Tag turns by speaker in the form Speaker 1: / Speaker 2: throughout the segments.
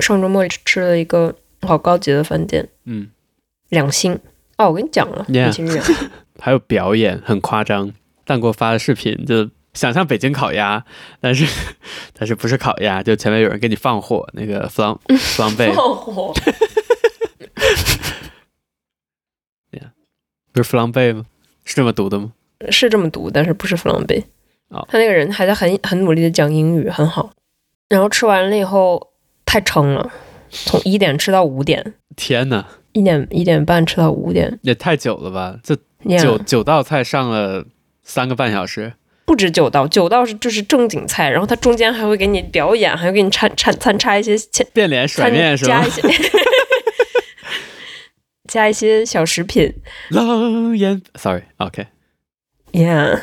Speaker 1: 上周末吃了一个好高级的饭店，
Speaker 2: 嗯，
Speaker 1: 两星。哦，我跟你讲了，米
Speaker 2: Yeah
Speaker 1: 其林。
Speaker 2: 还有表演很夸张，蛋给我发的视频就想象北京烤鸭，但是 但是不是烤鸭，就前面有人给你放火，那个弗 朗弗朗 贝
Speaker 1: 放火，
Speaker 2: 不是弗朗贝吗？是这么读的吗？
Speaker 1: 是这么读，但是不是弗朗贝。
Speaker 2: 哦
Speaker 1: 他那个人还在很很努力的讲英语，很好。然后吃完了以后太撑了，从一点吃到五点，
Speaker 2: 天呐，
Speaker 1: 一点一点半吃到五点，
Speaker 2: 也太久了吧！这
Speaker 1: 呀
Speaker 2: 九九道菜上了三个半小时，
Speaker 1: 不止九道，九道是就是正经菜，然后它中间还会给你表演，还会给你掺掺掺插一些掺
Speaker 2: 变脸甩
Speaker 1: 掺
Speaker 2: 面是
Speaker 1: 加
Speaker 2: 吗
Speaker 1: 一？些 加一些小食品
Speaker 2: 狼烟，sorry，OK，、
Speaker 1: ，yeah。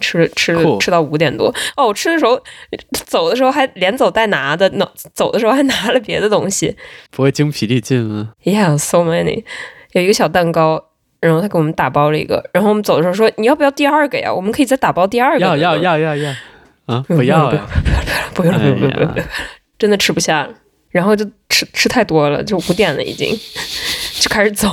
Speaker 1: 吃吃
Speaker 2: Cool
Speaker 1: 吃到五点多哦！我吃的时候，走的时候还连走带拿的，那走的时候还拿了别的东西，
Speaker 2: 不会精疲力尽吗？
Speaker 1: Yeah, so many。有一个小蛋糕，然后他给我们打包了一个，然后我们走的时候说你要不要第二个呀？我们可以再打包第二个。
Speaker 2: 要要，要要要啊！
Speaker 1: 嗯
Speaker 2: 不要
Speaker 1: 不
Speaker 2: 呀
Speaker 1: 要！ 不用了不用了不用了
Speaker 2: 哎，呀
Speaker 1: 真的吃不下了。然后就吃吃太多了，就五点了已经， 就开始走，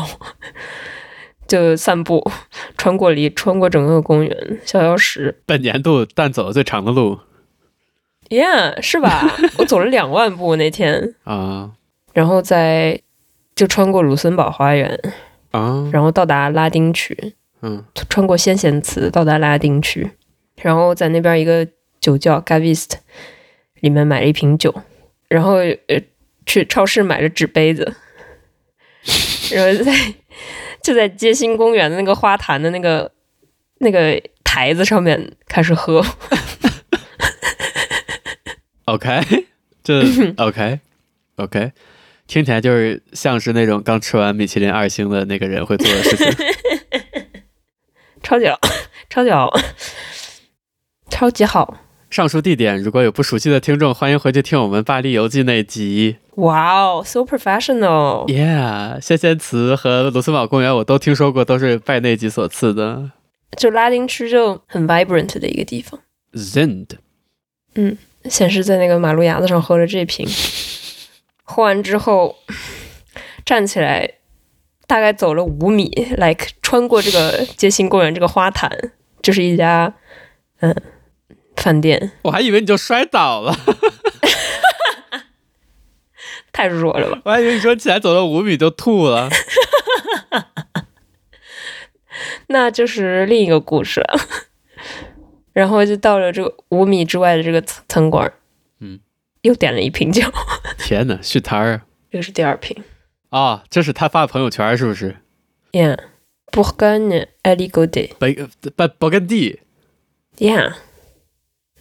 Speaker 1: 就散步，穿过离穿过整个公园，小小石
Speaker 2: 本年度蛋走的最长的路
Speaker 1: ，Yeah，是吧？我走了两万步那天，
Speaker 2: 啊
Speaker 1: 然后在就穿过卢森堡花园，
Speaker 2: 啊！
Speaker 1: 然后到达拉丁区，
Speaker 2: 嗯，
Speaker 1: 穿过先贤祠到达拉丁区，然后在那边一个酒窖 Gavist 里面买了一瓶酒，然后呃去超市买了纸杯子， 然后在 就在街心公园的那个花坛的那个那个台子上面开始喝，
Speaker 2: OK，这 OK OK，听起来就是像是那种刚吃完米其林二星的那个人会做的事情。
Speaker 1: 超级好， 超级好，超级好，
Speaker 2: 上述地点，如果有不熟悉的听众，欢迎回去听我们巴黎游记那集。
Speaker 1: 哇哦，so professional，
Speaker 2: Yeah，仙仙祠和卢森堡公园我都听说过，都是拜那集所赐的。
Speaker 1: 就拉丁区就很 vibrant 的一个地方。
Speaker 2: Zend，
Speaker 1: 显示在那个马路牙子上喝了这瓶，喝完之后站起来，大概走了五米，like 穿过这个街心公园这个花坛，就是一家嗯饭店，
Speaker 2: 我还以为你就摔倒了，
Speaker 1: 太弱了吧？
Speaker 2: 我还以为你说起来走了五米就吐了。
Speaker 1: 那就是另一个故事了。 然后就到了这个五米之外的这个餐餐馆儿，
Speaker 2: 嗯，
Speaker 1: 又点了一瓶酒，
Speaker 2: 天哪，续摊儿
Speaker 1: 这个是第二瓶。
Speaker 2: 啊、哦！这是他发朋友圈是不是？
Speaker 1: Yeah, Bourgogne a l i g o d e
Speaker 2: 白白勃艮第，
Speaker 1: Yeah,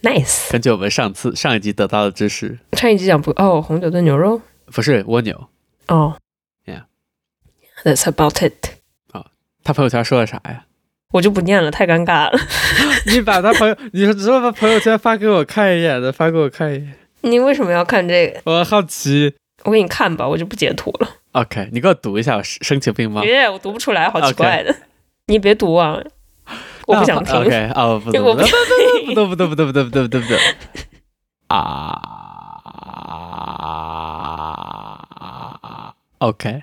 Speaker 1: nice.
Speaker 2: 根据我们上次上一集得到的知识，
Speaker 1: 上一集讲不哦，红酒炖牛肉
Speaker 2: 不是蜗牛。
Speaker 1: 哦。
Speaker 2: Yeah.
Speaker 1: That's about it。
Speaker 2: 他朋友圈说了啥呀？
Speaker 1: 我就不念了，太尴尬了。
Speaker 2: 你把他朋友，你说只把朋友圈发给我看一眼的，发给我看一眼，
Speaker 1: 你为什么要看这个？
Speaker 2: 我好奇。
Speaker 1: 我给你看吧，我就不截图了。
Speaker 2: OK，你给我读一下，我申申请病吗？
Speaker 1: 耶、我读不出来，好奇怪的。 你别读啊， 我不 想听。
Speaker 2: OK，哦，不读，
Speaker 1: 我
Speaker 2: 不
Speaker 1: 不
Speaker 2: 读
Speaker 1: 想，
Speaker 2: 不读，不读，不读，不读，不读，不读，不读。 啊，OK，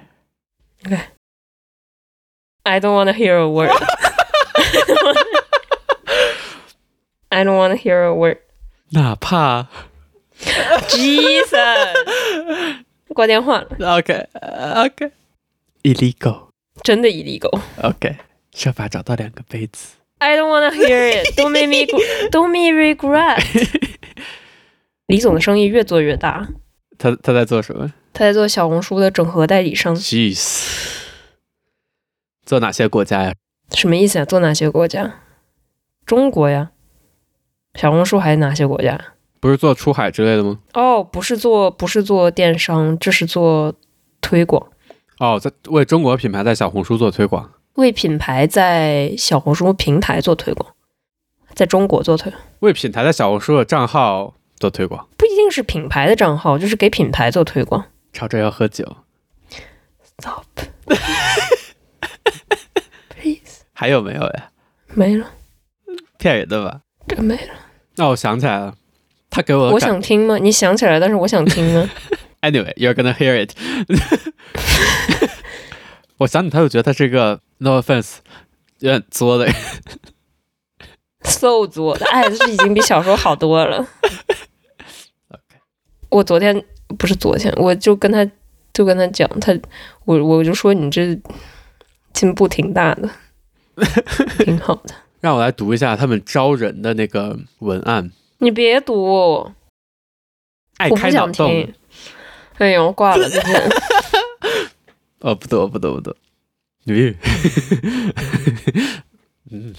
Speaker 1: I don't want to hear a word. I don't want to hear a word.
Speaker 2: 哪怕
Speaker 1: Jesus，挂 电话了，
Speaker 2: OK，OK，illegal，OK，
Speaker 1: 真的 illegal。
Speaker 2: 设法找到两个杯子。
Speaker 1: I don't want to hear it. Don't make me. Don't make me regret. 李总的生意越做越大。
Speaker 2: 他他在做什么
Speaker 1: 他在做小红书的整合代理
Speaker 2: 嗯
Speaker 1: 商，
Speaker 2: ？Jeez，做哪些国家呀？
Speaker 1: 什么意思啊？做哪些国家？中国呀，小红书还有哪些国家？
Speaker 2: 不是做出海之类的吗？
Speaker 1: 哦，不是做不是做电商，这是做推广，
Speaker 2: 哦，在为中国品牌在小红书做推广。
Speaker 1: 为品牌在小红书平台做推广，在中国做推，
Speaker 2: 为品牌在小红书的账号做推广。
Speaker 1: 不一定是品牌的账号，就是给品牌做推广。
Speaker 2: 吵着要喝酒，
Speaker 1: Stop，
Speaker 2: 还有没有呀？
Speaker 1: 没了，
Speaker 2: 骗人的吧？
Speaker 1: 这个没了。
Speaker 2: 哦那、我想起来了，他给我的
Speaker 1: 我
Speaker 2: 感
Speaker 1: 想听吗？你想起来，但是我想听吗？
Speaker 2: Anyway, you're gonna hear it 我想你，他就觉得他是一个 no offense，有点作的人。
Speaker 1: so 作的，哎，这已经比小时候好多了。 我昨天不是昨天，我就跟他就跟他讲，他我我就说你这进步挺大的，挺好的。
Speaker 2: 让我来读一下他们招人的那个文案，
Speaker 1: 你别读，
Speaker 2: 爱
Speaker 1: 我
Speaker 2: 开
Speaker 1: 不
Speaker 2: 脑
Speaker 1: 想
Speaker 2: 洞
Speaker 1: 听。。哎呦，挂了，再见。
Speaker 2: 哦，不得不得不得，咦，嗯，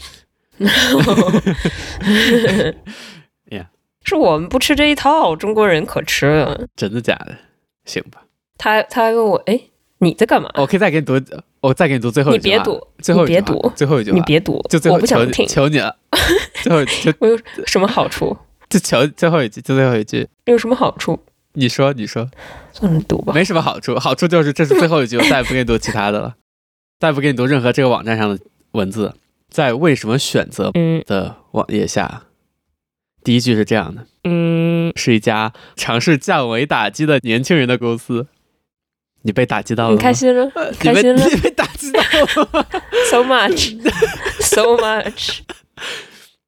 Speaker 2: Yeah
Speaker 1: 是我们不吃这一套，中国人可吃了。
Speaker 2: 真的假的？行吧，哦
Speaker 1: 他他还问我，哎，你在干嘛？
Speaker 2: 我可以再给你读，我再给你读最后一
Speaker 1: 你
Speaker 2: 句话。
Speaker 1: 别读，
Speaker 2: 最后一
Speaker 1: 你
Speaker 2: 句
Speaker 1: 别
Speaker 2: 话
Speaker 1: 读
Speaker 2: 最后一句话，
Speaker 1: 你别读，
Speaker 2: 啊就最后
Speaker 1: 我不
Speaker 2: 求
Speaker 1: 想
Speaker 2: 你
Speaker 1: 听。
Speaker 2: 求 你了，最后就
Speaker 1: 我有什么好处？
Speaker 2: 就求最后一句，就最后一句，
Speaker 1: 有什么好处？
Speaker 2: 你说你说，
Speaker 1: 算了，读吧。
Speaker 2: 没什么好处，好处就是这是最后一句，我再也不给你读其他的了，再也不给你读任何这个网站上的文字。在为什么选择
Speaker 1: 嗯
Speaker 2: 的网页下，第一句是这样的：
Speaker 1: 嗯，
Speaker 2: 是一家尝试降维打击的年轻人的公司。你被打击到了
Speaker 1: 你
Speaker 2: 吗？
Speaker 1: 开心了
Speaker 2: 呃
Speaker 1: 开心
Speaker 2: 你
Speaker 1: 了
Speaker 2: 被你被打击到了吗？
Speaker 1: ？So much，so much。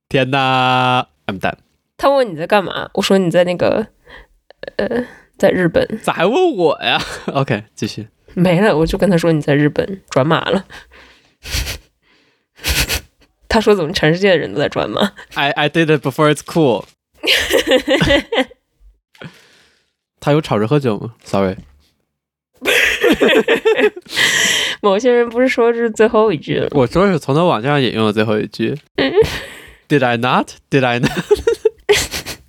Speaker 2: 天哪，I'm done。
Speaker 1: 他问你在干嘛，我说你在那个呃，在日本
Speaker 2: 咋还问我呀？OK，继续。
Speaker 1: 没了，我就跟他说你在日本转码了。他说怎么全世界的人都在转码？
Speaker 2: I I did it before it's cool 他有吵着喝酒吗？Sorry，
Speaker 1: 某些人不是说这是最后一句了？
Speaker 2: 我说是从他网站上引用的最后一句。Did
Speaker 1: 嗯
Speaker 2: I not? Did I not?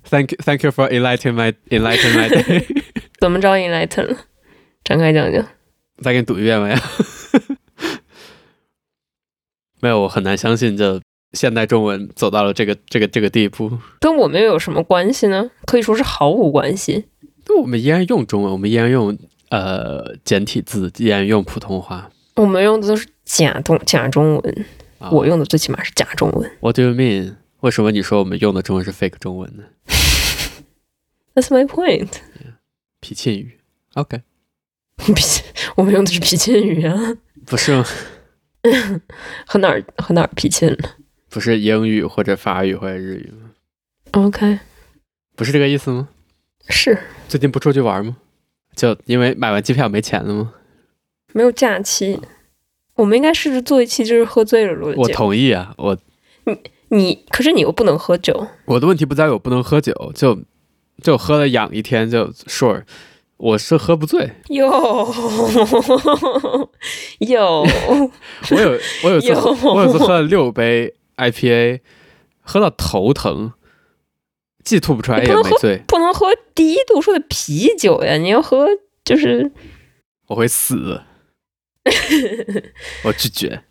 Speaker 2: thank you, thank you for enlightening my enlightening my day 。
Speaker 1: 怎么着 enlighten 了？展开讲讲。
Speaker 2: 再给你读一遍呗。 没有，我很难相信这现代中文走到了这个这个这个地步。
Speaker 1: 跟我们又有什么关系呢？可以说是毫无关系。
Speaker 2: 就我们依然用中文，我们依然用呃简体字，依然用普通话。
Speaker 1: 我们用的都是假中假中文，
Speaker 2: 啊
Speaker 1: 我用的最起码是假中文。
Speaker 2: What do you mean？为什么你说我们用的中文是 fake 中文呢？
Speaker 1: That's my point 。
Speaker 2: 皮沁语，OK，
Speaker 1: 我们用的是皮沁语啊，
Speaker 2: 不是吗
Speaker 1: 和哪儿和哪儿皮沁了
Speaker 2: 不是英语或者法语或者日语吗？
Speaker 1: ？OK，
Speaker 2: 不是这个意思吗？
Speaker 1: 是
Speaker 2: 最近不出去玩吗？就因为买完机票没钱了吗？
Speaker 1: 没有假期。我们应该试着做一期就是喝醉了录的
Speaker 2: 我
Speaker 1: 节目。
Speaker 2: 同意啊，我
Speaker 1: 你可是你又不能喝酒，
Speaker 2: 我的问题不在于我不能喝酒，就就喝了养一天就 sure，我是喝不醉。
Speaker 1: 哟哟，
Speaker 2: 我有我有一次
Speaker 1: 有
Speaker 2: 我有一次喝了六杯 IPA，喝到头疼，既吐不出来
Speaker 1: 你
Speaker 2: 也
Speaker 1: 不能
Speaker 2: 没
Speaker 1: 喝
Speaker 2: 醉，
Speaker 1: 不能喝低度数的啤酒呀！你要喝就是
Speaker 2: 我会死。我拒绝。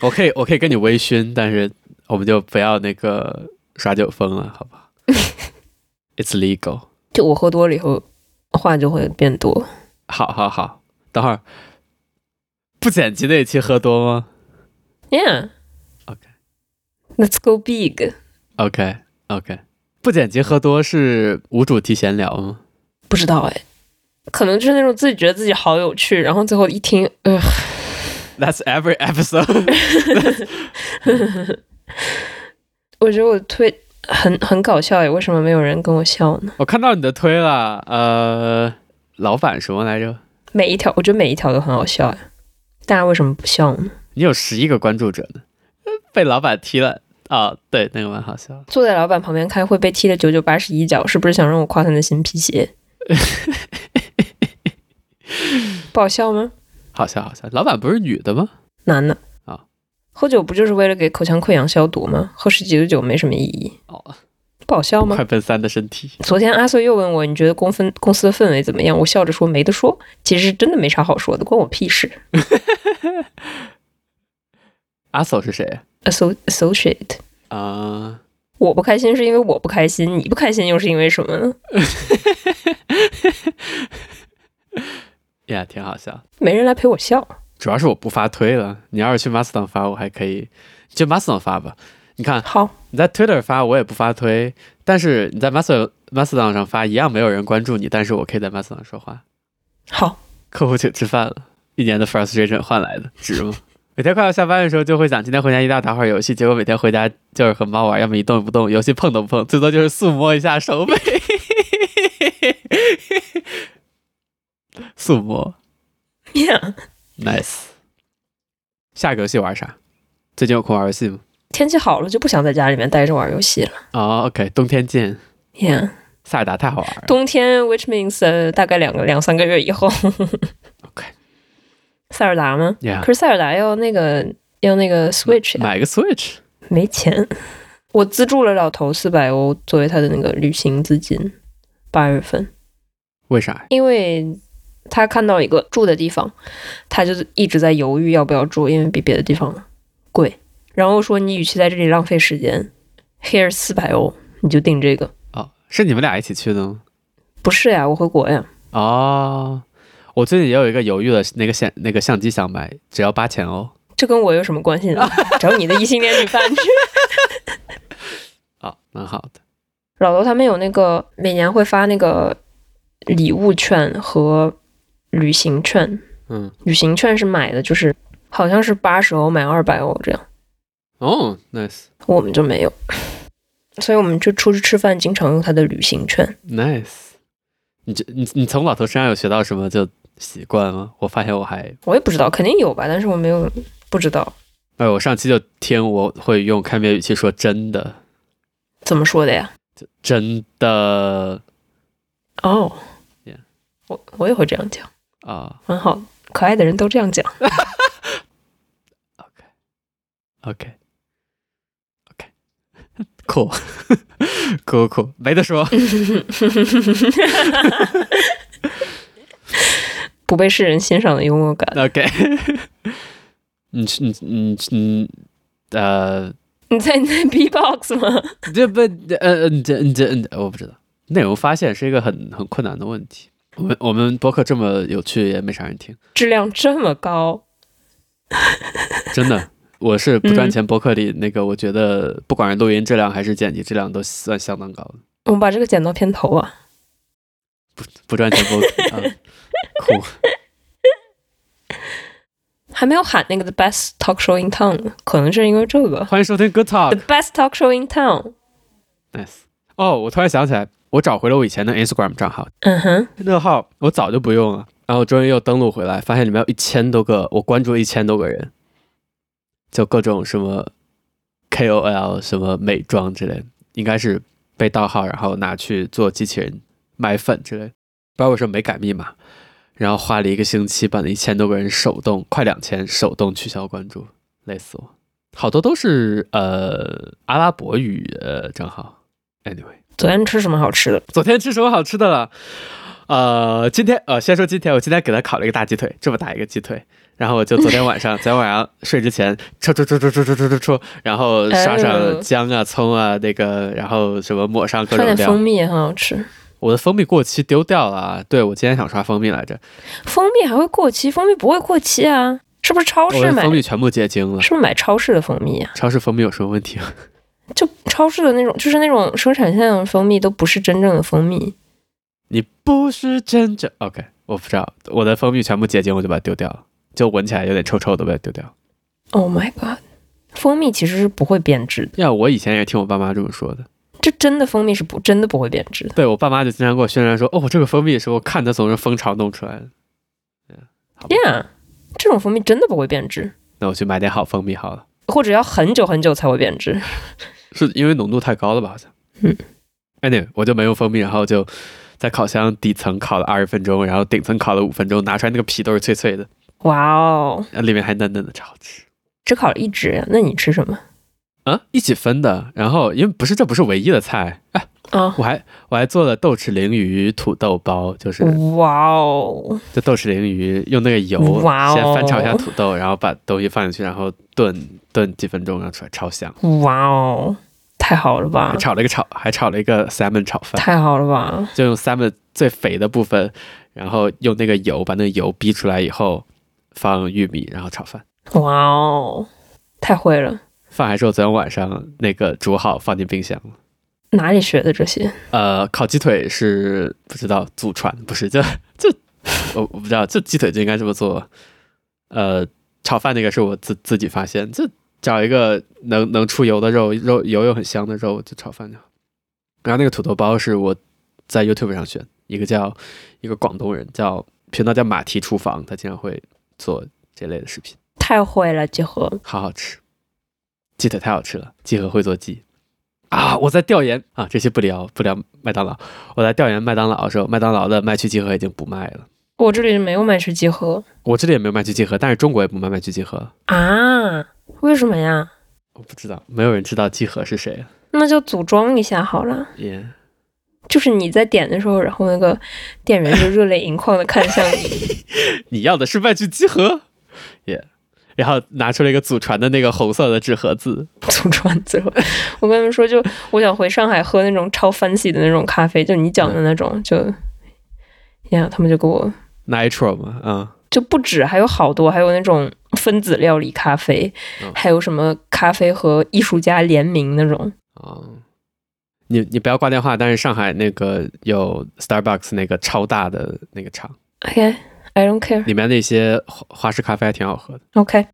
Speaker 2: 我可以，我可以跟你微醺，但是我们就不要那个耍酒疯了，好不好？It's legal。
Speaker 1: 就我喝多了以后话就会变多。
Speaker 2: 好好好，等会儿不剪辑那一期喝多吗
Speaker 1: Yeah,
Speaker 2: OK
Speaker 1: let's go big。
Speaker 2: ？OK OK，不剪辑喝多是无主题闲聊吗？
Speaker 1: 不知道哎，可能就是那种自己觉得自己好有趣，然后最后一听，呃，
Speaker 2: That's every episode 。
Speaker 1: 我觉得我推很很搞笑哎，为什么没有人跟我笑呢？
Speaker 2: 我看到你的推了，呃，老板什么来着？
Speaker 1: 每一条，我觉得每一条都很好笑哎，大家为什么不笑呢？
Speaker 2: 你有十一个关注者呢，被老板踢了啊、对，那个蛮好笑。
Speaker 1: 坐在老板旁边开会被踢了九九八十一脚，是不是想让我夸他的新皮 鞋？不好笑吗？
Speaker 2: 好笑好笑，老板不是女的吗？
Speaker 1: 男的
Speaker 2: 啊，
Speaker 1: 喝酒不就是为了给口腔溃疡消毒吗？喝十几度酒没什么意义，
Speaker 2: 哦，
Speaker 1: 不好笑吗？
Speaker 2: 快奔三的身体，
Speaker 1: 昨天阿穗又问我，你觉得公分公司的氛围怎么样？我笑着说没得说，其实真的没啥好说的，关我屁事。
Speaker 2: 阿嫂是谁
Speaker 1: Asso- Associate，
Speaker 2: 啊、
Speaker 1: 我不开心是因为我不开心，你不开心又是因为什么呢？
Speaker 2: 呀，挺好笑。
Speaker 1: 没人来陪我笑，
Speaker 2: 主要是我不发推了，你要是去 Mastodon 发，我还可以，你去 Mastodon 发吧。你看
Speaker 1: 好，
Speaker 2: 你在 Twitter 发，我也不发推，但是你在 Mastodon Mastodon 上发，一样没有人关注你，但是我可以在 Mastodon 说话。
Speaker 1: 好，
Speaker 2: 客户请吃饭了，一年的 frustration 换来的，值吗？ 每天快要下班的时候就会想，今天回家一定要打会儿游戏，结果每天回家就是和猫玩，要么一动不动，游戏碰都不碰，最多就是速摸一下手背。速摸
Speaker 1: 呀
Speaker 2: ，nice。下个游戏玩啥？最近有空玩游戏吗？
Speaker 1: 天气好了就不想在家里面待着玩游戏了
Speaker 2: 哦、o k 冬天见。
Speaker 1: 呀。
Speaker 2: 塞尔达太好玩了。
Speaker 1: 冬天，which means 呃，大概两个两三个月以后。
Speaker 2: OK
Speaker 1: 塞尔达吗？
Speaker 2: Yeah，
Speaker 1: 可是塞尔达要那个要那个 Switch 呀，
Speaker 2: 买个 Switch。
Speaker 1: 没钱。 我资助了老头四百欧作为他的那个旅行资金，八月份。
Speaker 2: 为啥呀？
Speaker 1: 因为他看到一个住的地方，他就一直在犹豫要不要住，因为比别的地方贵。然后说你与其在这里浪费时间，here 四百欧，你就订这个。
Speaker 2: 哦，是你们俩一起去的吗？
Speaker 1: 不是呀，我回国呀。
Speaker 2: 哦，我最近也有一个犹豫的那个相那个相机想买，只要八千欧。
Speaker 1: 这跟我有什么关系呢？ 找你的异性恋女伴去。
Speaker 2: 哦，蛮好的。
Speaker 1: 老头他们有那个每年会发那个礼物券和旅行券，
Speaker 2: 嗯，
Speaker 1: 旅行券是买的，就是好像是八十欧买二百欧这样，
Speaker 2: 哦，nice
Speaker 1: 我们就没有， 所以我们就出去吃饭，经常用他的旅行券。
Speaker 2: nice。你这你你从老头身上有学到什么就习惯吗？我发现我还，
Speaker 1: 我也不知道，肯定有吧，但是我没有不知道
Speaker 2: 哎，我上期就听我会用看别语气说真的，
Speaker 1: 怎么说的呀。
Speaker 2: 真的
Speaker 1: 哦
Speaker 2: Yeah
Speaker 1: 我我也会这样讲，
Speaker 2: 啊、
Speaker 1: 很好，可爱的人都这样讲。
Speaker 2: o k OK cool cool cool 没得 说。
Speaker 1: 不被世人欣赏的幽默感，
Speaker 2: OK，你去你你你呃，
Speaker 1: 你在你在 B-box 吗？
Speaker 2: 这不呃呃这这这我不知道，内容发现是一个很很困难的问题。我们我们播客这么有趣，也没啥人听，
Speaker 1: 质量这么高，
Speaker 2: 真的。我是不赚钱播客里那个，我觉得不管是录音质量还是剪辑质量，都算相当高的。
Speaker 1: 我们把这个剪到片头啊。
Speaker 2: 不赚钱播客啊， 酷
Speaker 1: 还没有喊那个 The Best Talk Show in Town 呢，可能是因为这个
Speaker 2: 欢迎收听 Good
Speaker 1: The
Speaker 2: Talk，Nice。
Speaker 1: Best Talk Show in Town。
Speaker 2: 哦，我突然想起来，我找回了我以前的 Instagram 账号，
Speaker 1: 嗯哼，
Speaker 2: 那个号我早就不用了，然后终于又登录回来，发现里面有一千多个，我关注一千多个人，就各种什么 KOL 什么美妆之类的，应该是被盗号，然后拿去做机器人买粉之类的，不知道为什么没改密码，然后花了一个星期把那一千多个人手动快两千手动取消关注，累死我！好多都是呃阿拉伯语呃账号，anyway。
Speaker 1: 昨天吃什么好吃的？
Speaker 2: 昨天吃什么好吃的了？呃，今天呃，先说今天，我今天给他烤了一个大鸡腿，这么大一个鸡腿。然后我就昨天晚上，昨天晚上睡之前戳戳戳戳戳戳戳戳戳，然后刷上姜啊、葱啊那个，然后什么抹上各
Speaker 1: 刷
Speaker 2: 种
Speaker 1: 点
Speaker 2: 料
Speaker 1: 蜂。蜜也很好吃，
Speaker 2: 我的蜂蜜过期丢掉了啊，对我今天想刷蜂蜜来着，
Speaker 1: 蜂蜜还会过期？蜂蜜不会过期啊？是不是超
Speaker 2: 我
Speaker 1: 市
Speaker 2: 的
Speaker 1: 买？
Speaker 2: 蜂蜜
Speaker 1: 是
Speaker 2: 全部结晶了。
Speaker 1: 不是买超市的蜂蜜啊？
Speaker 2: 超市蜂蜜有什么问题吗？
Speaker 1: 就超市的那种，就是那种生产线的蜂蜜都不是真正的蜂蜜。
Speaker 2: 你不是真正 OK，我不知道，我的蜂蜜全部结晶，我就把它丢掉了，就闻起来有点臭臭的，把它丢掉了。
Speaker 1: Oh my god！蜂蜜其实是不会变质的，
Speaker 2: 呀，我以前也听我爸妈这么说的。
Speaker 1: 这真的蜂蜜是不真的不会变质的。
Speaker 2: 对我爸妈就经常给我宣传说，哦，这个蜂蜜是我看它从这蜂巢弄出来的。嗯好吧
Speaker 1: Yeah，这种蜂蜜真的不会变质，
Speaker 2: 那我去买点好蜂蜜好了。
Speaker 1: 或者要很久很久才会变质。
Speaker 2: 是因为浓度太高了吧？好像。
Speaker 1: 嗯。
Speaker 2: Anyway，我就没用蜂蜜，然后就在烤箱底层烤了二十分钟，然后顶层烤了五分钟，拿出来那个皮都是脆脆的，
Speaker 1: 哇哦，
Speaker 2: 然后里面还嫩嫩的，超好吃。
Speaker 1: 只烤了一只呀？那你吃什么
Speaker 2: 啊，一起分的。然后因为不是这不是唯一的菜，哎，
Speaker 1: 啊？
Speaker 2: 我还我还做了豆豉鲮鱼土豆包，就是
Speaker 1: 嗯哇哦，
Speaker 2: 就豆豉鲮鱼，用那个油
Speaker 1: 哇哦
Speaker 2: 先翻炒一下土豆，然后把东西放进去，然后炖炖几分钟，然后出来超香。
Speaker 1: 哇哦，太好了吧
Speaker 2: 还！炒了一个炒，还炒了一个 salmon 炒饭，
Speaker 1: 太好了吧！
Speaker 2: 就用 salmon 最肥的部分，然后用那个油把那个油逼出来以后，放玉米，然后炒饭。
Speaker 1: 哇哦，太会了！
Speaker 2: 饭还是我昨天晚上那个煮好放进冰箱了。
Speaker 1: 哪里学的这些？
Speaker 2: 呃，烤鸡腿是不知道祖传，不是这这我我不知道，这鸡腿就应该这么做。呃，炒饭那个是我自自己发现，这找一个能能出油的肉，肉油又很香的肉就炒饭就好。然后那个土豆包是我在 YouTube 上选，一个叫一个广东人叫频道叫马蹄厨房，他经常会做这类的视频，
Speaker 1: 太会了，结合
Speaker 2: 好好吃，鸡腿太好吃了，集合会做鸡。啊！我在调研啊，这些不聊不聊麦当劳。我在调研麦当劳的时候，麦当劳的麦趣鸡盒已经不卖了。
Speaker 1: 我这里没有麦氏集合
Speaker 2: 我这里也没有麦趣鸡盒，但是中国也不卖麦趣鸡盒。
Speaker 1: 啊？为什么呀？
Speaker 2: 我不知道，没有人知道鸡盒是谁啊
Speaker 1: 那就组装一下好了。
Speaker 2: 也
Speaker 1: 就是你在点的时候，然后那个店员就热泪盈眶的看向 你。
Speaker 2: 你要的是麦趣鸡盒也然后拿出了一个祖传的那个红色的纸盒子，
Speaker 1: 组装最后，我跟他们说，就我想回上海喝那种超 fancy 的那种咖啡，就你讲的那种，就哎呀，他们就给我
Speaker 2: Nitro 嘛，啊、
Speaker 1: 就不止，还有好多，还有那种分子料理咖啡
Speaker 2: 嗯，
Speaker 1: 还有什么咖啡和艺术家联名那种。
Speaker 2: 哦，你你不要挂电话，但是上海那个有 Starbucks 那个超大的那个厂，
Speaker 1: OK，I、don't care。
Speaker 2: 里面那些花花式咖啡还挺好喝的，
Speaker 1: OK，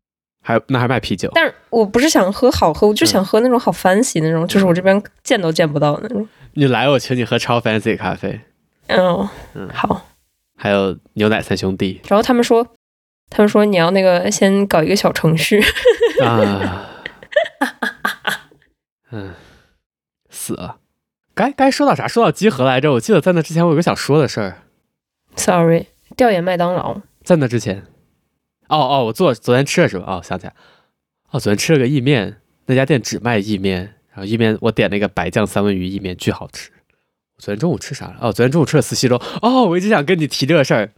Speaker 2: 还那还卖啤酒。
Speaker 1: 但是我不是想喝好喝，我就
Speaker 2: 嗯
Speaker 1: 想喝那种好 fancy 那种，就是我这边见都见不到的那种。
Speaker 2: 你来，我请你喝超 fancy 咖啡，
Speaker 1: 嗯
Speaker 2: 嗯，
Speaker 1: 好。
Speaker 2: 还有牛奶三兄弟
Speaker 1: 然后他们说，他们说你要那个先搞一个小程序，
Speaker 2: 啊，嗯，死了。该该说到啥？说到集合来着。我记得在那之前我有个想说的事儿，
Speaker 1: Sorry，调研麦当劳。
Speaker 2: 在那之前，哦哦，我做昨天吃了什么？哦，想起来，哦，昨天吃了个意面，那家店只卖意面，然后意面我点了一个白酱三文鱼意面，巨好吃。我昨天中午吃啥了？哦，昨天中午吃了四喜龙。哦，我一直想跟你提这个事儿。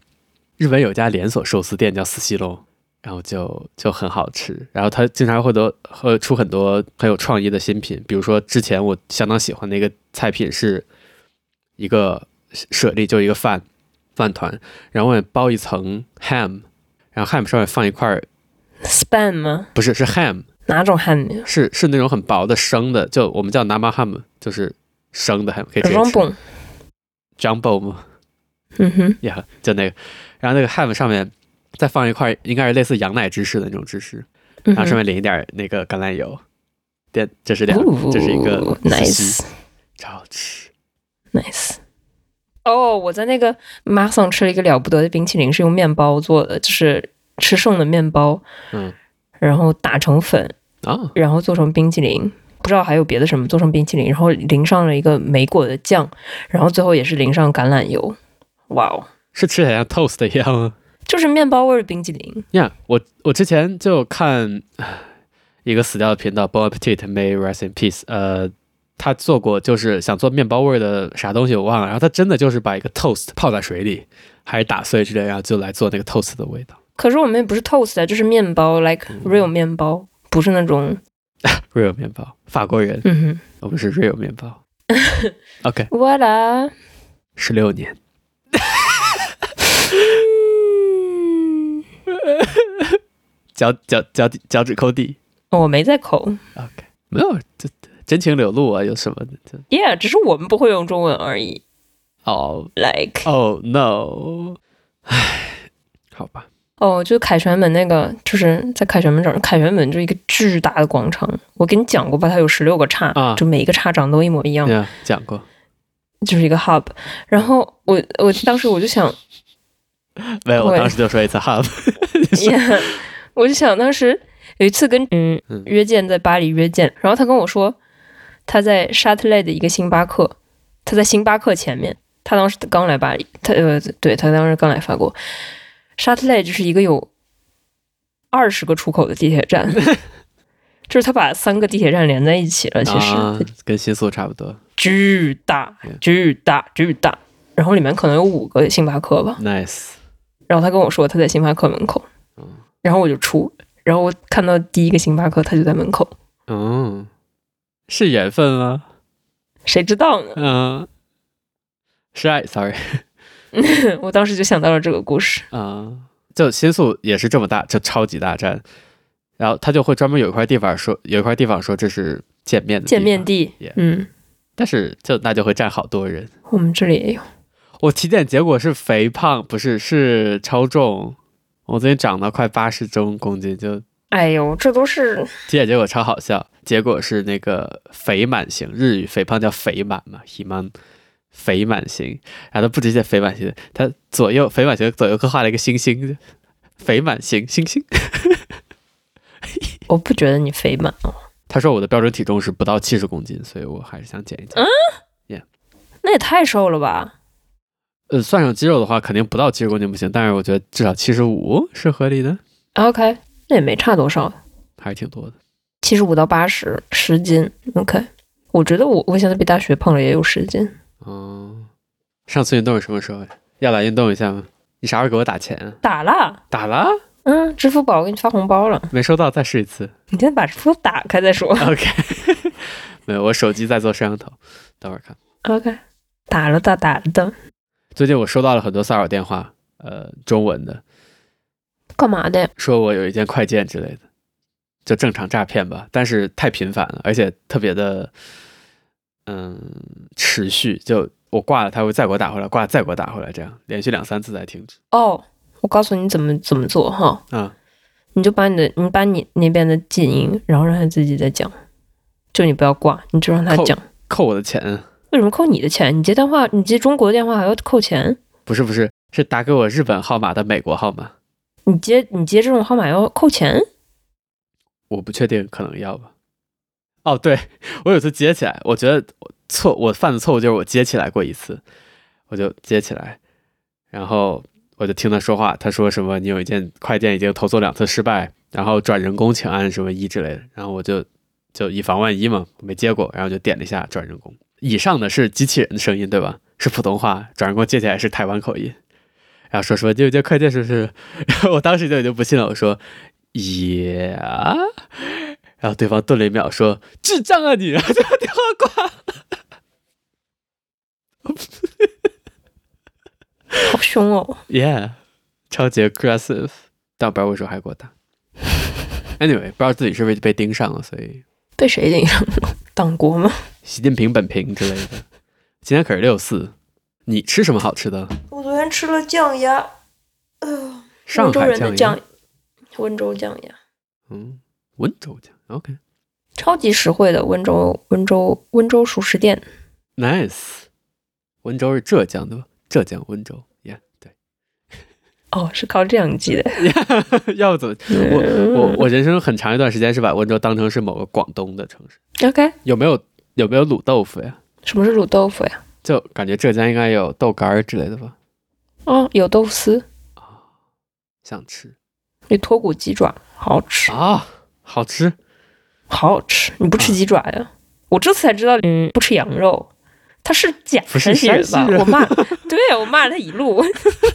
Speaker 2: 日本有一家连锁寿司店叫四喜龙，然后就就很好吃，然后它经常会得会出很多很有创意的新品，比如说之前我相当喜欢的一个菜品是一个舍利，就一个饭饭团，然后外面包一层 ham，然后 ham 上面放一块儿，
Speaker 1: Span 吗？
Speaker 2: 不是是 ham，
Speaker 1: 哪种汉语？
Speaker 2: 是是那种很薄的生的，就我们叫 nama ham，就是生的 ham，可以直接
Speaker 1: 双
Speaker 2: 吃。
Speaker 1: 蹦。
Speaker 2: jumbo 吗？
Speaker 1: 嗯哼，
Speaker 2: 呀、就那个，然后那个 ham 上面再放一块儿，应该是类似羊奶芝士的那种芝士，
Speaker 1: 嗯
Speaker 2: 然后上
Speaker 1: 哼。
Speaker 2: 面淋一点儿那个橄榄油。点，这是两，
Speaker 1: 哦
Speaker 2: 这是啊一个四喜
Speaker 1: nice
Speaker 2: 超好吃。
Speaker 1: nice。哦，我在那个马上吃了一个了不得的冰淇淋，是用面包做的，就是吃剩的面包，
Speaker 2: 嗯
Speaker 1: 然后打成粉，
Speaker 2: 啊，
Speaker 1: 然后做成冰淇淋。不知道还有别的什么做成冰淇淋，然后淋上了一个莓果的酱，然后最后也是淋上橄榄油。哇哦，
Speaker 2: 是吃起来像 toast 一样吗？
Speaker 1: 就是面包味儿冰淇淋。
Speaker 2: 呀我我之前就看唉一个死掉的频道 Bon Appetit，May Rest in Peace。呃，他做过就是想做面包味儿的啥东西我忘了，然后他真的就是把一个 toast 泡在水里，还是打碎之类，然后就来做那个 toast 的味道。
Speaker 1: 可是我们也不是 toast 啊，就是面包，like real 面包，不是那种
Speaker 2: real 面包，法国人，
Speaker 1: 嗯哼。
Speaker 2: 我们是 real 面包。OK，
Speaker 1: 我啦，
Speaker 2: 十六年，
Speaker 1: 嗯
Speaker 2: 脚脚脚底脚趾抠地
Speaker 1: 哦我没在抠
Speaker 2: ，OK，没有，这真情流露啊，有什么的？就
Speaker 1: ，Yeah，只是我们不会用中文而已。
Speaker 2: 哦
Speaker 1: Like，
Speaker 2: 哦 no，唉，好吧，
Speaker 1: 哦，就凯旋门那个，就是在凯旋门长，凯旋门就是一个巨大的广场。我跟你讲过吧，它有十六个岔，
Speaker 2: 啊
Speaker 1: 就每一个岔长得都一模一样，
Speaker 2: 呀，讲过，
Speaker 1: 就是一个 hub。然后我我当时我就想，
Speaker 2: 没有，我
Speaker 1: 对
Speaker 2: 当时就说 it's a hub，
Speaker 1: yeah, 我就想当时有一次跟嗯
Speaker 2: 嗯
Speaker 1: 约见在巴黎约见，然后他跟我说他在沙特雷的一个星巴克，他在星巴克前面，他当时刚来巴黎，他呃对他当时刚来法国，沙特雷就是一个有二十个出口的地铁站。 就是他把三个地铁站连在一起了，其实、
Speaker 2: 啊，跟新宿差不多
Speaker 1: 巨大
Speaker 2: Yeah.、
Speaker 1: 巨大、巨大。然后里面可能有五个星巴克吧，
Speaker 2: ，nice，
Speaker 1: 然后他跟我说他在星巴克门口，
Speaker 2: 嗯
Speaker 1: 然后我就出，然后我看到第一个星巴克，他就在门口，
Speaker 2: 嗯，是缘分吗？
Speaker 1: 谁知道呢？
Speaker 2: 嗯，是爱，sorry，
Speaker 1: 我当时就想到了这个故事。
Speaker 2: 啊，就新宿也是这么大，就超级大站，然后他就会专门有一块地方说，有一块地方说这是见面的
Speaker 1: 见面
Speaker 2: 方
Speaker 1: 地
Speaker 2: Yeah.
Speaker 1: 嗯，
Speaker 2: 但是就那就会占好多人。
Speaker 1: 我们这里也有，
Speaker 2: 我体检结果是肥胖，不是是超重。我最近长到快八十中公斤，就体
Speaker 1: 哎呦，这都是
Speaker 2: 检结果超好笑。结果是那个肥满型，日语肥胖叫肥满嘛肥满肥满型。然后它不只写肥满型，它左右肥满型左右各画了一个星星，肥满型星星。
Speaker 1: 我不觉得你肥满哦，
Speaker 2: 他说我的标准体重是不到七十公斤，所以我还是想减一减。
Speaker 1: 那也太瘦了吧？
Speaker 2: 呃，算上肌肉的话，肯定不到七十公斤不行，但是我觉得至少七十五是合理的，
Speaker 1: 啊 OK，那也没差多少，
Speaker 2: 还是挺多的。
Speaker 1: 七十五到八十十斤，OK。我觉得我我现在比大学胖了也有十斤，
Speaker 2: 嗯，上次运动是什么时候呀？要来运动一下吗？你啥时候给我打钱啊？
Speaker 1: 打了，
Speaker 2: 打了？
Speaker 1: 嗯，支付宝给你发红包了，
Speaker 2: 没收到，再试一次。
Speaker 1: 你先把支付宝打开再说
Speaker 2: OK，没 有，我手机在做摄像头，等会儿看。
Speaker 1: ，OK。打了的，打了的，
Speaker 2: 最近我收到了很多骚扰电话，呃，中文的，
Speaker 1: 干嘛的？
Speaker 2: 说我有一件快件之类的，就正常诈骗吧，但是太频繁了，而且特别的，嗯，持续。就我挂了，他会再给我打回来，挂了再给我打回来，这样连续两三次才停止。
Speaker 1: 哦，我告诉你怎么怎么做哈，
Speaker 2: 啊、
Speaker 1: 你就把你的你把你那边的静音，然后让他自己再讲，就你不要挂，你就让他
Speaker 2: 扣
Speaker 1: 讲。
Speaker 2: 扣我的钱，
Speaker 1: 为什么扣你的钱？你接电话，你接中国电话还要扣钱？
Speaker 2: 不是不是，是打给我日本号码的美国号码，
Speaker 1: 你接你接这种号码要扣钱？
Speaker 2: 我不确定，可能要吧。哦，对我有次接起来，我觉得我错，我犯的错误就是我接起来过一次，我就接起来，然后我就听他说话，他说什么你有一件快件已经投诉两次失败，然后转人工请按什么一之类的，然后我就就以防万一嘛，我没接过，然后就点了一下转人工。以上的是机器人的声音对吧？是普通话，转人工接起来是台湾口音，然后说什么你有一件快件是不是？然后我当时就已经不信了，我说耶啊。然后对方顿了一秒说：“智障啊你！”然后就把电话挂了。
Speaker 1: 好凶哦！
Speaker 2: Yeah，超级 aggressive，但我不知道为什么还给我打。Anyway，不知道自己是不是被盯上了，所以
Speaker 1: 被谁影响了？党国吗？
Speaker 2: 习近平本平之类的。今天可是六四，你吃什么好吃的？
Speaker 1: 我昨天吃了酱鸭，呃
Speaker 2: 上海
Speaker 1: 温州人的
Speaker 2: 酱
Speaker 1: 酱
Speaker 2: 油，，
Speaker 1: 温州酱鸭
Speaker 2: 嗯，温州酱，OK，nice。
Speaker 1: 超级实惠的温州温州温州熟食店。
Speaker 2: Nice 温州是浙江对吧？浙江温州，Yeah，对。
Speaker 1: 哦，是靠这样记的。
Speaker 2: 要不怎么？我我我人生很长一段时间是把温州当成是某个广东的城市。
Speaker 1: 嗯 OK，
Speaker 2: 有没有有没有卤豆腐呀？
Speaker 1: 什么是卤豆腐呀？
Speaker 2: 就感觉浙江应该有豆干儿之类的吧？
Speaker 1: 哦，有豆腐丝，
Speaker 2: 想吃
Speaker 1: 有脱骨鸡爪，好吃，
Speaker 2: 啊，好吃！
Speaker 1: 好好吃。你不吃鸡爪呀？我这次才知道，嗯，不吃羊肉，他是假
Speaker 2: 不
Speaker 1: 山
Speaker 2: 是
Speaker 1: 西人吧
Speaker 2: 山西？人
Speaker 1: 我骂， 对我骂了他一路，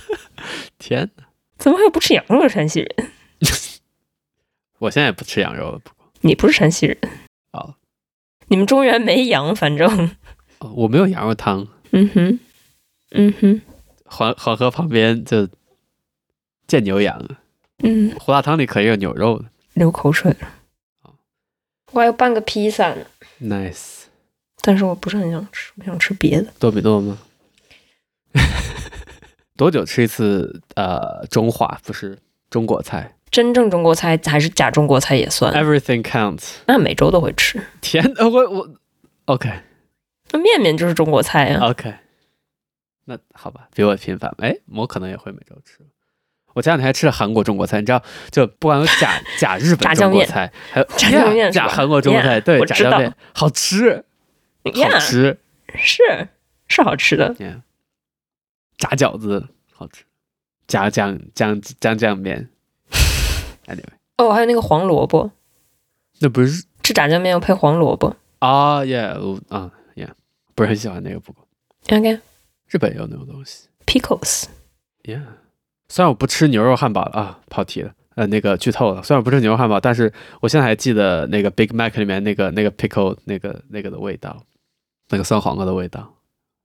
Speaker 2: 天哪，
Speaker 1: 怎么还有不吃羊肉的山西人？
Speaker 2: 我现在也不吃羊肉了，不过
Speaker 1: 你不是山西人，
Speaker 2: 哦
Speaker 1: 你们中原没羊，反正，
Speaker 2: 哦，我没有羊肉汤。
Speaker 1: 嗯哼，嗯哼，
Speaker 2: 黄黄河旁边就见牛羊，
Speaker 1: 嗯。
Speaker 2: 胡辣汤里可以有牛肉的。
Speaker 1: 流口水了。
Speaker 2: 啊
Speaker 1: 我还有半个披萨呢，
Speaker 2: Nice，
Speaker 1: 但是我不是很想吃，我想吃别的。
Speaker 2: 多米诺吗？ 多久吃一次？呃，中华不是中国菜
Speaker 1: 真正中国菜还是假中国菜也算，
Speaker 2: ，Everything counts。
Speaker 1: 那每周都会吃。
Speaker 2: 天哪，我我 OK，
Speaker 1: 那面面就是中国菜呀、
Speaker 2: OK，那好吧，比我频繁。哎，我可能也会每周吃。我前两天还吃了韩国中国菜，你知道，就不管有假假日本
Speaker 1: 炸
Speaker 2: 中
Speaker 1: 酱
Speaker 2: 国
Speaker 1: 面
Speaker 2: 菜，还有
Speaker 1: 炸酱面
Speaker 2: Yeah，
Speaker 1: 是吧
Speaker 2: 假韩国中国菜
Speaker 1: Yeah，
Speaker 2: 对，
Speaker 1: 我
Speaker 2: 炸
Speaker 1: 知
Speaker 2: 酱
Speaker 1: 道
Speaker 2: 面好吃，好
Speaker 1: Yeah，
Speaker 2: 吃
Speaker 1: 是是好吃的。
Speaker 2: ，yeah，炸饺子好吃，炸酱酱酱酱 面，anyway，
Speaker 1: 哦，还有那个黄萝卜，
Speaker 2: 那不是
Speaker 1: 吃炸酱面要配黄萝卜。
Speaker 2: 啊，yeah，我啊，yeah，不是很喜欢那个，不过
Speaker 1: OK，pickles、
Speaker 2: 日本也有那种东西。Yeah，虽然我不吃牛肉汉堡了啊，跑题了，呃，那个剧透了。虽然我不吃牛肉汉堡，但是我现在还记得那个 Big Mac 里面那个那个 pickle 那个那个的味道，那个酸黄瓜的味道，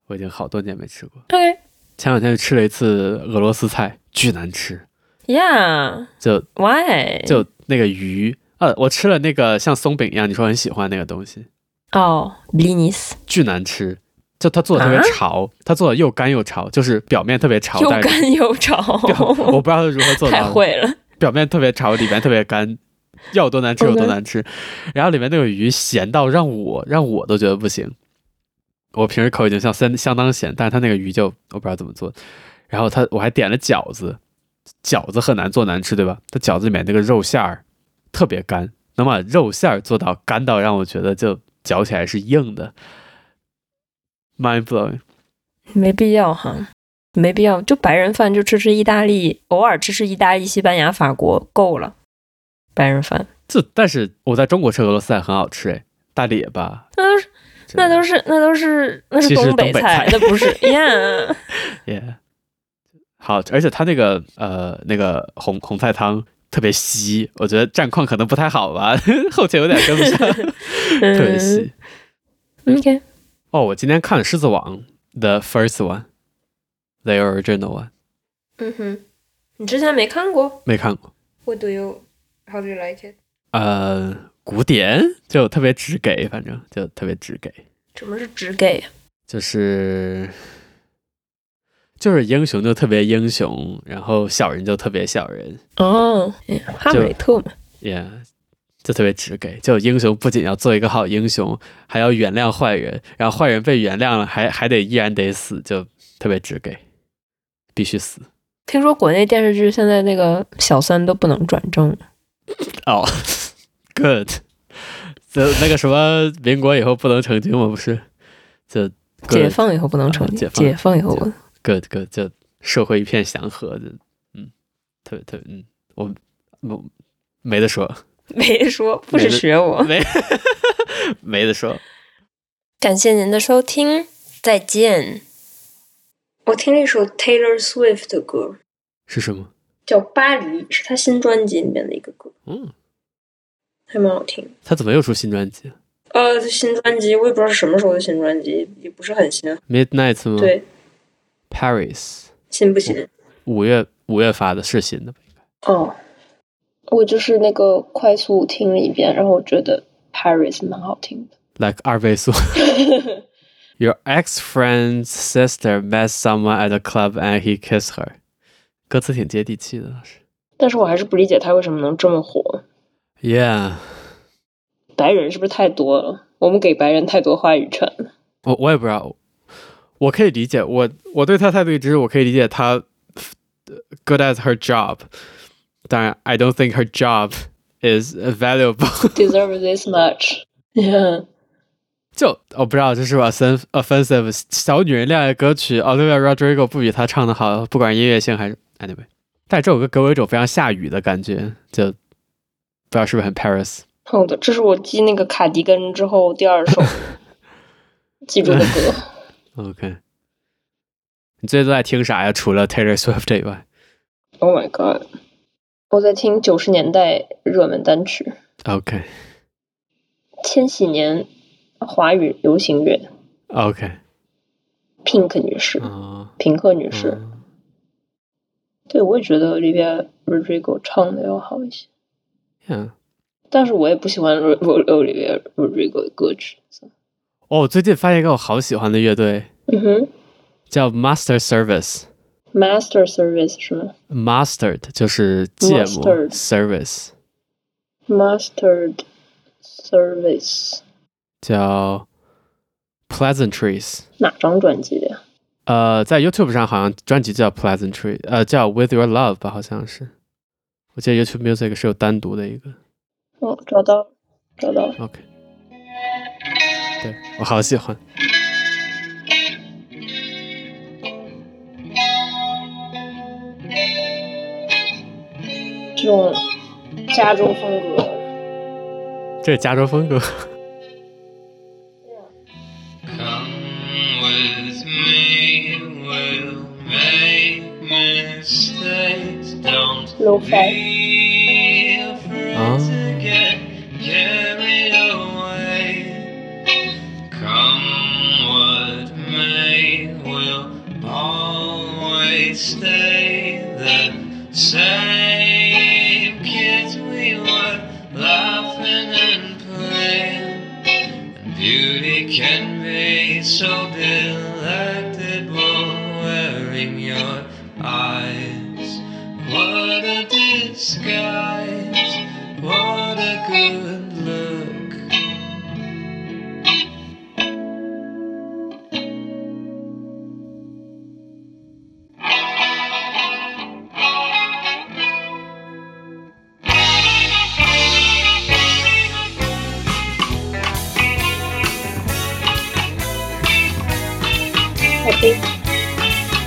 Speaker 2: 我已经好多年没吃过。
Speaker 1: OK，
Speaker 2: 前两天去吃了一次俄罗斯菜，巨难吃，
Speaker 1: yeah，why？
Speaker 2: 就
Speaker 1: 哎
Speaker 2: 就那个鱼，呃，我吃了那个像松饼一样，你说很喜欢那个东西，
Speaker 1: 哦 l i n i s
Speaker 2: 巨难吃，就它做的特别
Speaker 1: 啊
Speaker 2: 潮，它做的又干又潮，就是表面特别潮，
Speaker 1: 又
Speaker 2: 但是
Speaker 1: 干又
Speaker 2: 表我
Speaker 1: 潮，
Speaker 2: 不知道它如何做
Speaker 1: 太
Speaker 2: 到的，
Speaker 1: 会了。
Speaker 2: 表面特别潮，里面特别干， 要有多难吃有多
Speaker 1: OK
Speaker 2: 难吃。
Speaker 1: 嗯
Speaker 2: 然后里面那个鱼咸到让我让我都觉得不行。我平时口已经像相相当咸，但是它那个鱼就我不知道怎么做。然后它我还点了饺子，饺子很难做难吃，对吧？它饺子里面那个肉馅儿特别干，能把肉馅儿做到干到让我觉得就嚼起来是硬的，mind blowing。
Speaker 1: 没必要哈，没必要，就白人饭就吃吃意大利，偶尔吃吃意大利、西班牙、法国够了。白人饭
Speaker 2: 这但是我在中国吃俄罗斯菜很好吃哎，大列巴
Speaker 1: 那都是那都是
Speaker 2: 这
Speaker 1: 那都是那
Speaker 2: 其
Speaker 1: 是
Speaker 2: 实
Speaker 1: 东
Speaker 2: 东北
Speaker 1: 菜
Speaker 2: 菜，
Speaker 1: 那不 是呀？
Speaker 2: 耶，好，而且它那个呃那个红红菜汤特别稀，我觉得战况可能不太好吧， 后勤有点跟不上，特别
Speaker 1: 嗯
Speaker 2: 稀。
Speaker 1: ，OK，
Speaker 2: 哦，我今天看了《狮子王》the first one，the original one，
Speaker 1: 嗯哼，你之前没看过
Speaker 2: 没看过。
Speaker 1: ？What do you how do you like it？
Speaker 2: 呃，古典就特别直给，反正就特别直给，
Speaker 1: 什么是直给？
Speaker 2: 就是就是英雄就特别英雄，然后小人就特别小人，
Speaker 1: 哦，哎哈
Speaker 2: 就
Speaker 1: 姆雷特嘛，
Speaker 2: 也、就特别直给。就英雄不仅要做一个好英雄，还要原谅坏人，然后坏人被原谅了，还还得依然得死，就特别直给，必须死。
Speaker 1: 听说国内电视剧现在那个小三都不能转正了，
Speaker 2: 哦、g o o d 就那个什么，民国以后不能成军吗？不是，就 good,
Speaker 1: 解放以后不能成
Speaker 2: 啊
Speaker 1: 立，
Speaker 2: 解放
Speaker 1: 解放以后不
Speaker 2: good good，就社会一片祥和，就嗯，特别特别嗯，我我没得说，
Speaker 1: 没说，不许
Speaker 2: 没得
Speaker 1: 学我。
Speaker 2: 没没得说。
Speaker 1: 感谢您的收听，再见。我听了一首 Taylor Swift 的歌，
Speaker 2: 是什么？
Speaker 1: 叫《巴黎》，是她新专辑里面的一个歌，
Speaker 2: 嗯，
Speaker 1: 还蛮好听。
Speaker 2: 他怎么又出新专辑
Speaker 1: 呃，新专辑我也不知道是什么时候的新专辑，也不是很新，啊
Speaker 2: ？Midnight 吗？
Speaker 1: 对，
Speaker 2: Paris
Speaker 1: 新不新？
Speaker 2: 五月五月发的是新的吧？
Speaker 1: 哦，我就是那个快速听了一遍，然后我觉得 Paris 蛮好听的。
Speaker 2: ，like 二倍速。Your ex friend's sister met someone at a club and he kissed her。歌词挺接地气的，倒是。
Speaker 1: 但是我还是不理解他为什么能这么火，
Speaker 2: Yeah，
Speaker 1: 白人是不是太多了？我们给白人太多话语权了。
Speaker 2: 我我也不知道，我可以理解，我我对他态度一直是我可以理解他 good at her job，当然 I don't think her job is valuable 。
Speaker 1: Deserve this much. Yeah.
Speaker 2: 就我不知道这是不是 offen- offensive 小女人恋爱歌曲，Olivia Rodrigo 不比她唱的好，不管是音乐性还是 anyway。但这首歌给我一种非常下雨的感觉，就不知道是不是很 Paris。
Speaker 1: 好的，这是我记那个卡迪根之后第二 首记住的歌。
Speaker 2: OK，你最近都在听啥呀？除了 Taylor Swift 以外
Speaker 1: Oh my god！我在听九十年代热门单曲，
Speaker 2: ，OK
Speaker 1: 千禧年华语流行乐
Speaker 2: OK，
Speaker 1: ，Pink 女士、
Speaker 2: 嗯，
Speaker 1: 平克女士。
Speaker 2: 嗯
Speaker 1: 对，我也觉得 Olivia Rodrigo 唱的要好一些，
Speaker 2: ，yeah
Speaker 1: 但是我也不喜欢 Ro- Ro- Olivia Rodrigo 的歌曲。
Speaker 2: 哦，我最近发现一个我好喜欢的乐队，
Speaker 1: 嗯哼
Speaker 2: 叫 Master Service。
Speaker 1: ，Master Service 是吗
Speaker 2: Mastered 就是芥末
Speaker 1: Mastered
Speaker 2: ，Service
Speaker 1: ？Mastered Service
Speaker 2: 叫 Pleasantries。
Speaker 1: 哪张专辑的呀？
Speaker 2: 呃，在 YouTube 上好像专辑叫 Pleasantry，呃，叫 With Your Love 吧，好像是。我记得 YouTube Music 是有单独的一个。
Speaker 1: 哦，找到了，找到了。
Speaker 2: OK，对我好喜欢。
Speaker 1: 这种加州风格。
Speaker 2: 这是加州风格。
Speaker 3: Come with me, we'll make mistakes. Don't
Speaker 1: Lo-fi.
Speaker 3: be afraid
Speaker 2: Ah.
Speaker 3: to get carried away. Come what may, we'll always stay the same kids we were laughing and playing. And you eyes. What a disguise, what a good look.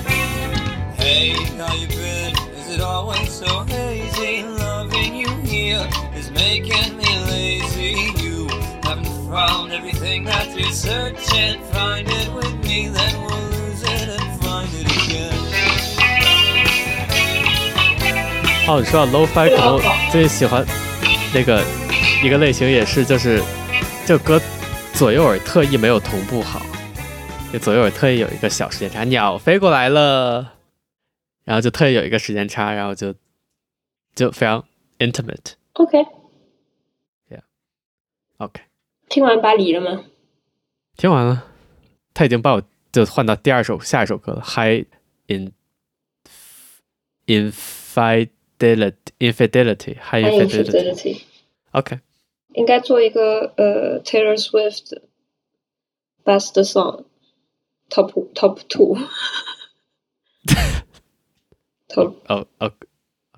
Speaker 3: Hey, how you been? Is it always so hazy? Loving you here is making me lazy. You haven't found everything that you're searching. Find it with me, then we'll lose it and find it again.
Speaker 2: 哦，你说到 low-fi，可能我最喜欢那个一个类型也是，就是这歌左右耳特意没有同步好，就左右耳特意有一个小时间差，鸟飞过来了，然后就特意有一个时间差，然后就就非常 intimate。
Speaker 1: OK，
Speaker 2: OK，
Speaker 1: 听完巴黎了吗？
Speaker 2: 听完了，他已经把我就换到第二首下一首歌了，High in infidelity infidelity high
Speaker 1: 欢迎
Speaker 2: infidelity。
Speaker 1: Fidelity。
Speaker 2: OK，
Speaker 1: 应该做一个呃 Taylor Swift Best Song Top Top Two Top
Speaker 2: 哦哦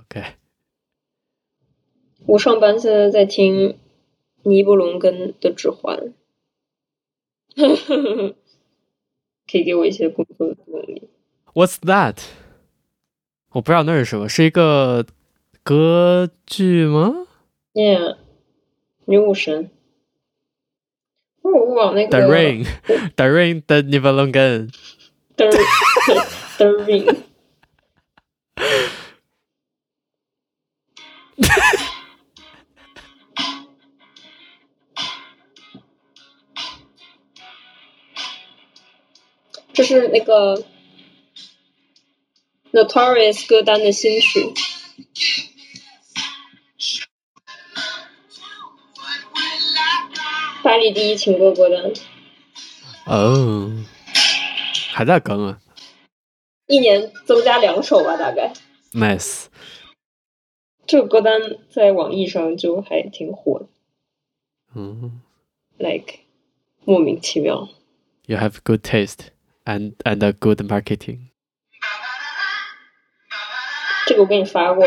Speaker 2: ，OK。
Speaker 1: 我上班现在在听尼伯龙根的《指环》，可以给我一些工作的动力。
Speaker 2: What's that？我不知道那是什么，是一个歌剧吗
Speaker 1: Yeah，女武神。我我往那个
Speaker 2: ？The Ring，The Ring 的 n i v a l o n g a n
Speaker 1: The Ring- The Ring，这是那个 Notorious 歌单的新曲。巴黎第一情歌歌单，
Speaker 2: 哦，还在更啊
Speaker 1: 一年增加两首吧，大概。
Speaker 2: ，Nice。
Speaker 1: 这个歌单在网易上就还挺火的
Speaker 2: 嗯
Speaker 1: ，like 莫名其妙。
Speaker 2: ，You have good taste and and a good marketing。
Speaker 1: 这个我给你发过，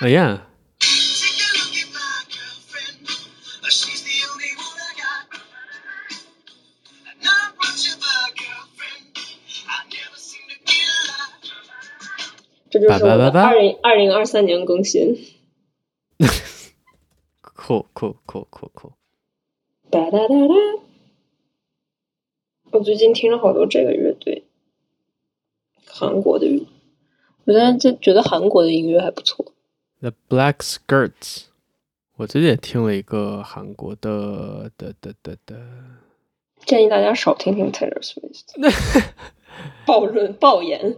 Speaker 2: 哎呀，
Speaker 1: 这就是我
Speaker 2: 叭叭叭
Speaker 1: 的
Speaker 2: 叭
Speaker 1: 二零二零二三年更新。
Speaker 2: 酷酷酷酷酷！
Speaker 1: 哒哒哒哒。我最近听了好多这个乐队，韩国的乐队，我现在就觉得韩国的音乐还不错。
Speaker 2: The Black Skirts，我最近也听了一个韩国的的的的的，
Speaker 1: 建议大家少听听 Taylor Swift。暴论暴言，